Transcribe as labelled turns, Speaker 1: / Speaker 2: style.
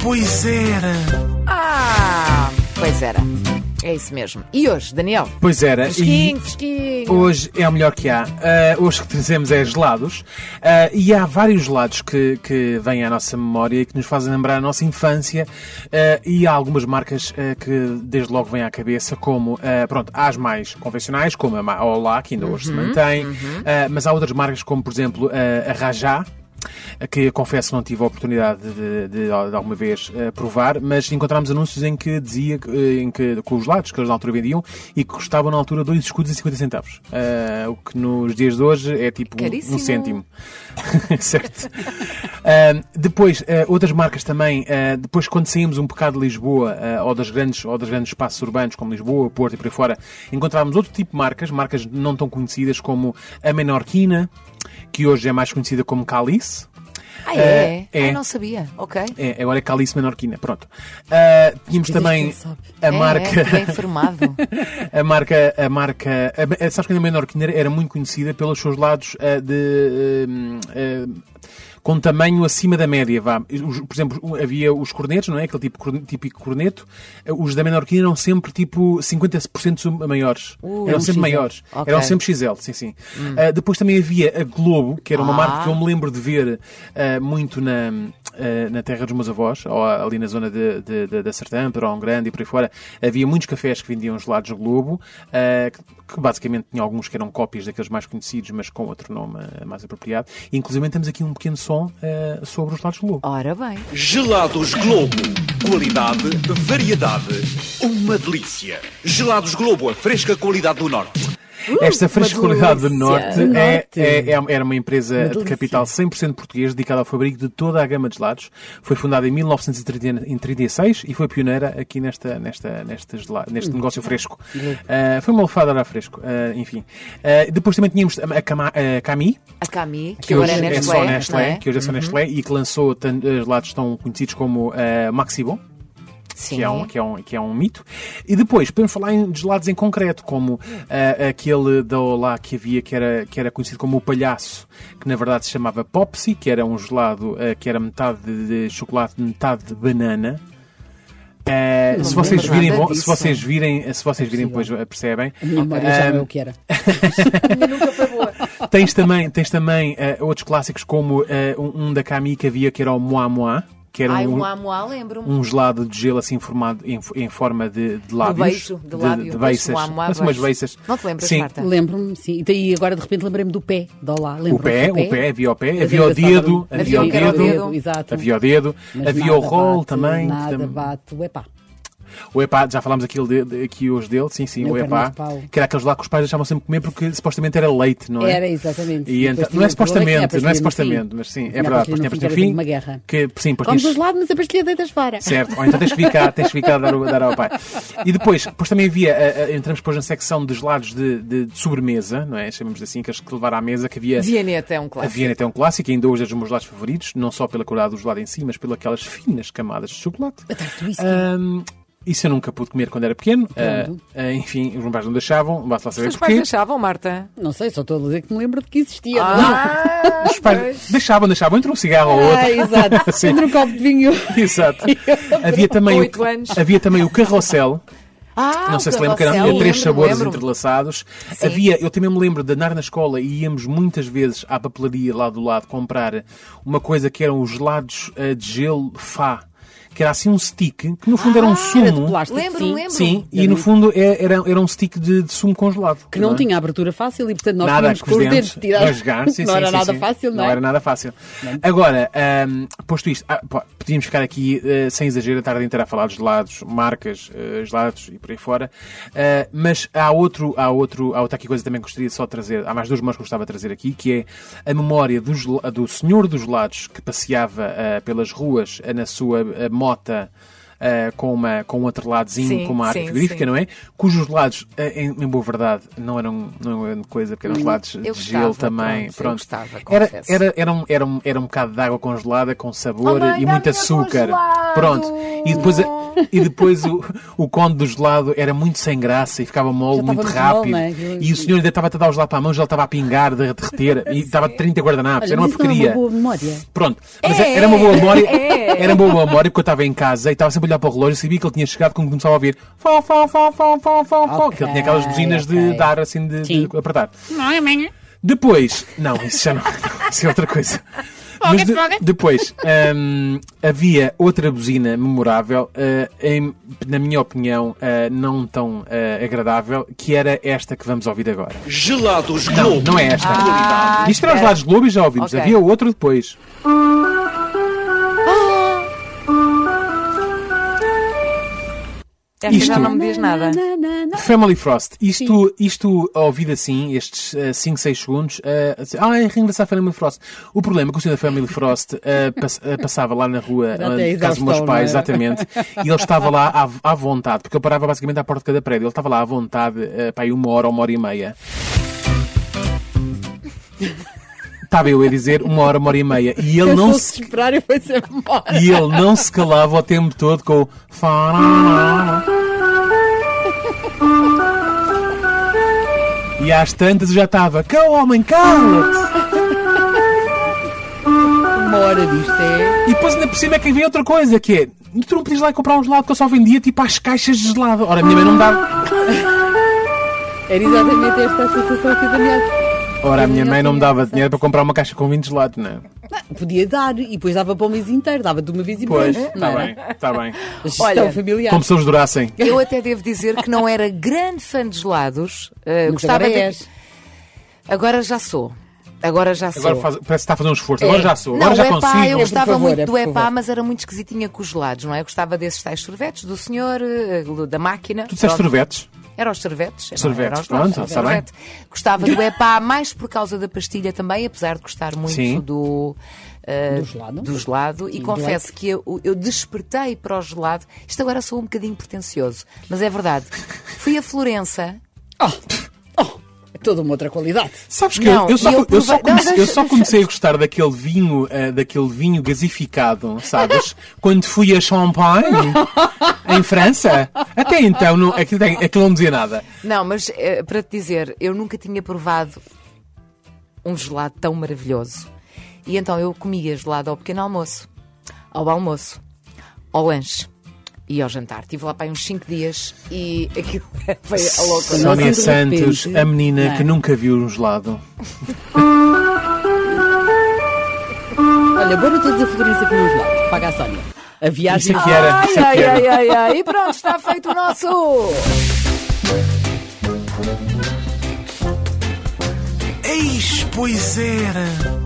Speaker 1: Pois era.
Speaker 2: Ah, pois era. É isso mesmo. E hoje, Daniel?
Speaker 3: Pois era.
Speaker 2: Fresquinho, fresquinho.
Speaker 3: Hoje é o melhor que há. Ah, hoje o que trazemos é gelados. Ah, e há vários gelados que, que vêm à nossa memória e que nos fazem lembrar a nossa infância. Ah, e há algumas marcas ah, que desde logo vêm à cabeça, como, ah, pronto, há as mais convencionais, como a Ma- a Olá, que ainda hoje se mantém. Ah, mas há outras marcas, como, por exemplo, ah, a Rajá. ah, Que eu confesso que não tive a oportunidade de, de- de alguma vez ah, provar, mas encontramos anúncios em que dizia que, eh, em que, com os lados que eles na altura vendiam e que custavam na altura 2 escudos e 50 centavos. Ah, o que nos dias de hoje é tipo um-
Speaker 2: Caríssimo.
Speaker 3: um cêntimo. certo. Ah, depois, ah, outras marcas também, ah, depois quando saímos um bocado de Lisboa ah, ou, das grandes, ou dos grandes espaços urbanos como Lisboa, Porto e por aí fora, encontrávamos outro tipo de marcas, marcas não tão conhecidas como a Menorquina, que hoje é mais conhecida como Calice.
Speaker 2: Ah, é?
Speaker 3: Eh, é.
Speaker 2: Ah, não sabia. Ok.
Speaker 3: É, agora é Calice Menorquina, pronto. Ah, tínhamos também a
Speaker 2: É,
Speaker 3: marca...
Speaker 2: É, bem formado.
Speaker 3: A marca, a marca, a, a, sabes que a menorquina era muito conhecida pelos seus lados ah, de, hum, hum, com tamanho acima da média, vá. Os- por exemplo, o- havia os cornetos, não é? Aquele tipo corne- típico corneto. Ah, Os da menorquina eram sempre tipo 50% sub- maiores.
Speaker 2: Uh,
Speaker 3: eram
Speaker 2: um
Speaker 3: sempre
Speaker 2: XL.
Speaker 3: maiores.
Speaker 2: Ok. Hum.
Speaker 3: Eram sempre XL, sim, sim. Ah, depois também havia a Globo, que era uma
Speaker 2: Ah.
Speaker 3: marca que eu me lembro de ver ah, muito na, ah, na terra dos meus avós, ou ali na zona de, de, de, da Sertã, Pedrão Grande e por aí fora. Havia muitos cafés que vendiam gelados Globo, ah, que, que basicamente tinha alguns que eram cópias daqueles mais conhecidos, mas com outro nome ah, mais apropriado. E, inclusive temos aqui um pequeno som ah, sobre os gelados Globo.
Speaker 2: Ora bem.
Speaker 4: Gelados Globo. Qualidade, variedade, uma delícia. Gelados Globo, a fresca qualidade do Norte.
Speaker 3: Esta frescuridade do
Speaker 5: delícia.
Speaker 3: Norte
Speaker 5: Do
Speaker 3: é,
Speaker 5: Norte.
Speaker 3: é- é- era uma empresa de
Speaker 5: delícia.
Speaker 3: capital 100% português dedicada ao fabrico de toda a gama de gelados. Foi fundada em 1936 e foi pioneira aqui nesta, nesta, nesta gela- neste negócio fresco. Ah, foi uma alfada a fresco, ah, enfim. Ah, depois também tínhamos a, a Cama- a Cami,
Speaker 2: A Cami, que,
Speaker 3: que
Speaker 2: agora
Speaker 3: hoje
Speaker 2: é
Speaker 3: é,
Speaker 2: Nestlé.
Speaker 3: só
Speaker 2: não
Speaker 3: Nestlé,
Speaker 2: é?
Speaker 3: que hoje é só Nestlé e que lançou tan- eh, gelados tão conhecidos como ah, Maxibon
Speaker 2: Sim.
Speaker 3: que é, um, que, é um, que é um mito. E depois, podemos falar em gelados em concreto, como ah, aquele da Olá que havia, que era, que era conhecido como o palhaço, que na verdade se chamava Popsy, que era um gelado ah, que era metade de chocolate, metade de banana. Ah,
Speaker 5: Não
Speaker 3: se,
Speaker 5: me
Speaker 3: vocês
Speaker 5: lembro
Speaker 3: virem,
Speaker 2: nada
Speaker 3: vo- se
Speaker 2: disso.
Speaker 3: vocês virem, se vocês virem, depois ah, percebem. Ah,
Speaker 5: A minha memória já não é o que era.
Speaker 3: tá. Tens também, tens também ah, outros clássicos como ah, um, um da Cami que havia que era o Moá Moá, que era
Speaker 2: Ai,
Speaker 3: um,
Speaker 2: um amoá, lembro-me.
Speaker 3: um gelado de gelo assim formado em, em forma de, de lábios.
Speaker 2: beijo, de lábio.
Speaker 3: De,
Speaker 2: Beijo,
Speaker 3: beiças.
Speaker 2: um amuá,
Speaker 3: Mas umas
Speaker 2: beijo.
Speaker 3: beiças.
Speaker 2: Não te lembras,
Speaker 3: Sim.
Speaker 2: Marta?
Speaker 5: Lembro-me, sim. E daí agora de repente lembrei-me do pé, do lá.
Speaker 3: O pé, o pé, havia o pé,
Speaker 5: Eu
Speaker 3: havia o
Speaker 5: ainda
Speaker 3: dedo,
Speaker 5: estava-
Speaker 3: havia o
Speaker 2: Havia o
Speaker 3: dedo,
Speaker 2: dedo.
Speaker 5: Exato.
Speaker 3: havia o dedo,
Speaker 5: Mas
Speaker 3: havia
Speaker 5: nada
Speaker 3: o rol
Speaker 5: bate,
Speaker 3: também.
Speaker 5: Nada
Speaker 3: Tam-
Speaker 5: bate, o epá.
Speaker 3: O epá, já falámos aqui, de- de- aqui hoje dele, sim, sim,
Speaker 5: Meu
Speaker 3: o
Speaker 5: pernas
Speaker 3: epá,
Speaker 5: de pau.
Speaker 3: que era aqueles lá que os pais deixavam sempre comer porque supostamente era leite, não é?
Speaker 5: Era, exatamente.
Speaker 3: E então- não é
Speaker 5: Depois tinha um a pastilha,
Speaker 3: supostamente, não é
Speaker 5: a pastilha no
Speaker 3: supostamente,
Speaker 5: fim.
Speaker 3: mas sim,
Speaker 5: Tinha
Speaker 3: é
Speaker 5: a
Speaker 3: verdade,
Speaker 5: pastilha assim. no
Speaker 3: depois tinha fim,
Speaker 5: fim, que era sempre uma guerra.
Speaker 3: que sim, depois
Speaker 5: Comes
Speaker 3: tinhas-
Speaker 5: os lados, mas a pastilha deitas fora.
Speaker 3: Certo, ou então tens que ficar, tens que ficar a dar, o- dar ao pai. E depois, depois também havia, a- a- entramos depois na secção dos lados de, de- de sobremesa, não é? Chamamos assim, que acho que levar à mesa, que havia.
Speaker 2: Vianeta é um
Speaker 3: A
Speaker 2: clássico.
Speaker 3: Vianeta é um clássico, ainda hoje é dos meus lados favoritos, não só pela qualidade do gelado em si, mas pelas aquelas finas camadas de chocolate.
Speaker 5: Tarde whisky.
Speaker 3: Ahm, isso eu nunca pude comer quando era pequeno.
Speaker 5: Pronto.
Speaker 3: Ah, ah, enfim, os meus pais não deixavam, basta lá saber
Speaker 2: Os pais
Speaker 3: porquê.
Speaker 2: achavam, Marta?
Speaker 5: Não sei, só estou a dizer que me lembro de que existia.
Speaker 2: Ah,
Speaker 3: Os pais deixavam, deixavam, entre um cigarro ou outro.
Speaker 5: Ah, exato.
Speaker 3: Sim.
Speaker 5: Entre um copo de vinho.
Speaker 3: Exato. Havia também, o,
Speaker 2: Oito anos.
Speaker 3: havia também o carrossel.
Speaker 2: Ah,
Speaker 3: Não
Speaker 2: o
Speaker 3: sei se lembro que eram
Speaker 2: carrossel,
Speaker 3: havia três
Speaker 2: lembro-me,
Speaker 3: sabores
Speaker 2: lembro-me.
Speaker 3: entrelaçados. Havia, eu também me lembro de andar na escola e íamos muitas vezes à papelaria lá do lado comprar uma coisa que eram os gelados eh, de gelo Fá, que era assim um stick, que no fundo era um sumo.
Speaker 5: Ah, Era de plástico.
Speaker 2: Lembro-me,
Speaker 5: sim.
Speaker 2: lembro-me.
Speaker 3: Sim, e no fundo é- era, era um stick de, de sumo congelado. é?
Speaker 5: Que não tinha abertura fácil e, portanto, nós
Speaker 3: nada
Speaker 5: tínhamos
Speaker 3: com os dedos,
Speaker 5: tirados.
Speaker 3: a jogar. Sim,
Speaker 5: não
Speaker 3: sim,
Speaker 5: era
Speaker 3: sim,
Speaker 5: nada
Speaker 3: sim.
Speaker 5: fácil, não, é?
Speaker 3: era nada fácil. Agora, ahm, posto isto, ah, pá, podíamos ficar aqui, eh, sem exagero, a tarde inteira a falar de gelados, marcas, eh, gelados e por aí fora. Ah, mas há outro, há outro, há outra aqui coisa também que gostaria só de trazer, há mais duas mãos que eu gostava de trazer aqui, que é a memória do, gel- do senhor dos gelados que passeava ah, pelas ruas ah, na sua ah, mota. ah, com, uma, com um atreladozinho,
Speaker 2: Sim,
Speaker 3: com uma arca
Speaker 2: sim,
Speaker 3: frigorífica,
Speaker 2: sim.
Speaker 3: não é? Cujos lados, eh, em, em boa verdade, não eram, não eram coisa, porque eram gelados
Speaker 2: Eu
Speaker 3: de gelo
Speaker 2: gostava,
Speaker 3: também.
Speaker 2: pronto, eu
Speaker 3: Pronto.
Speaker 2: gostava,
Speaker 3: era,
Speaker 2: confesso.
Speaker 3: era, era, um, era, um, era um bocado de água congelada com sabor
Speaker 2: Mamãe,
Speaker 3: e muito
Speaker 2: dá-me
Speaker 3: açúcar.
Speaker 2: gelado. gelado.
Speaker 3: Pronto. E depois, a- e depois o, o conde do gelado era muito sem graça e ficava mole
Speaker 5: Já estava
Speaker 3: muito
Speaker 5: muito mole,
Speaker 3: rápido.
Speaker 5: não é? Aquilo-
Speaker 3: E o senhor ainda estava a dar o gelado para a mão, já estava a pingar, de a derreter. E estava 30 guardanapos.
Speaker 5: Olha,
Speaker 3: Era uma
Speaker 5: mas isso não é
Speaker 3: porcaria.
Speaker 5: uma boa memória.
Speaker 3: Pronto, mas
Speaker 2: É,
Speaker 3: era uma boa memória.
Speaker 2: é.
Speaker 3: Era uma boa memória porque eu estava em casa e estava sempre a olhar para o relógio e sabia que ele tinha chegado quando começava a ouvir fó, fó, fó, fó, fó, fó, fó.
Speaker 5: Ok,
Speaker 3: Que ele tinha aquelas buzinas de
Speaker 5: ok.
Speaker 3: dar assim, de, de
Speaker 5: Sim.
Speaker 3: apertar.
Speaker 2: é
Speaker 3: Depois, não, isso já não, isso é outra coisa. Mas de- depois, hum, havia outra buzina memorável, eh, em- na minha opinião, eh, não tão eh, agradável, que era esta que vamos ouvir agora.
Speaker 4: Gelados
Speaker 3: Não,
Speaker 4: Globo.
Speaker 3: não é esta.
Speaker 4: Qualidade.
Speaker 3: Isto era os
Speaker 2: espera.
Speaker 3: lados Globo e já ouvimos.
Speaker 2: Ok.
Speaker 3: Havia outro depois.
Speaker 2: Esta
Speaker 3: Isto-
Speaker 2: já não me diz nada.
Speaker 5: Na, na, na.
Speaker 3: Family Frost, isto, isto ouvido assim, estes 5, 6 segundos, eh, assim, ah, é reingressar a Family Frost. O problema é que o senhor da Family Frost eh, pass- eh, passava lá na rua,
Speaker 5: Já
Speaker 3: eh,
Speaker 5: tem
Speaker 3: de casa dos meus pais,
Speaker 5: exaustão, não é?
Speaker 3: exatamente, e ele estava lá à, à vontade, porque eu parava basicamente à porta de cada prédio, ele estava lá à vontade, eh, para aí uma hora ou uma hora e meia. Estava eu a dizer uma hora, uma hora e meia, e ele
Speaker 5: Eu
Speaker 3: não
Speaker 5: não
Speaker 3: se
Speaker 5: se esperar, eu fui sempre embora.
Speaker 3: e ele não se calava o tempo todo com o fará. E às tantas eu já estava, cá homem, cala-te!
Speaker 5: Uma hora disto é.
Speaker 3: E depois ainda por cima é que havia outra coisa, que é, tu não podias lá comprar um gelado que eu só vendia tipo às caixas de gelado. Ora, a minha mãe não me dava.
Speaker 5: Era exatamente esta a sensação que eu tinha.
Speaker 3: Ora, a minha mãe não me dava dinheiro para comprar uma caixa com 20 gelados, não é?
Speaker 5: Podia dar, e depois dava para o mês inteiro, dava de uma vez e
Speaker 3: Pois,
Speaker 2: é?
Speaker 5: meia,
Speaker 3: está
Speaker 5: não era?
Speaker 3: bem, está bem.
Speaker 5: Gestão
Speaker 2: Olha,
Speaker 5: familiar.
Speaker 3: Como se eles durassem.
Speaker 2: Eu até devo dizer que não era grande fã de gelados. Eh,
Speaker 5: Mas
Speaker 2: gostava
Speaker 5: agora
Speaker 2: de...
Speaker 5: és.
Speaker 2: Agora já sou. Agora já sou. É.
Speaker 3: Agora faz- parece que está a fazer um esforço. Agora já sou,
Speaker 2: não,
Speaker 3: agora já
Speaker 2: o epá, eu
Speaker 3: consigo.
Speaker 2: gostava
Speaker 5: favor,
Speaker 2: muito
Speaker 5: é,
Speaker 2: do
Speaker 5: por
Speaker 2: epá,
Speaker 5: favor.
Speaker 2: mas era muito esquisitinha com os gelados, não é? Eu gostava desses tais sorvetes do senhor, eh, da máquina.
Speaker 3: Tu disseste
Speaker 2: Pronto.
Speaker 3: sorvetes?
Speaker 2: Era os sorvetes. Era,
Speaker 3: Sorvetes,
Speaker 2: era os
Speaker 3: pronto,
Speaker 2: nossos,
Speaker 3: está bem.
Speaker 2: sorvete. Gostava do EPA, mais por causa da pastilha também, apesar de gostar muito
Speaker 3: Sim.
Speaker 2: do. eh,
Speaker 5: Do gelado.
Speaker 2: do gelado. e
Speaker 5: do
Speaker 2: confesso que eu, eu despertei para o gelado. Isto agora sou um bocadinho pretencioso, mas é verdade. Fui a Florença.
Speaker 5: Oh, oh, é toda uma outra qualidade.
Speaker 3: Sabes que
Speaker 2: Não,
Speaker 3: eu, eu só,
Speaker 2: e eu
Speaker 3: eu, só
Speaker 2: provei-
Speaker 3: comecei,
Speaker 2: Não,
Speaker 3: eu só comecei a gostar daquele vinho, eh, daquele vinho gasificado, sabes? Quando fui a Champagne, em França. Até então, não, aquilo, tem- aquilo não dizia nada.
Speaker 2: Não, mas eh, para te dizer, eu nunca tinha provado um gelado tão maravilhoso. E então eu comia gelado ao pequeno almoço, ao almoço, ao lanche e ao jantar. Tive lá para aí uns 5 dias e aquilo foi a loucura.
Speaker 5: Não,
Speaker 3: Sónia
Speaker 5: assim, de repente,
Speaker 3: Santos, a menina
Speaker 5: não é?
Speaker 3: que nunca viu um gelado.
Speaker 5: Olha, bora todos a Florença com os lados. Paga a Sónia. A
Speaker 3: Isso
Speaker 5: viagem
Speaker 3: é que era.
Speaker 2: Ai,
Speaker 3: isso é que
Speaker 2: ai,
Speaker 3: era.
Speaker 2: ai, ai, ai. E pronto, está feito o nosso.
Speaker 1: Eis, pois era.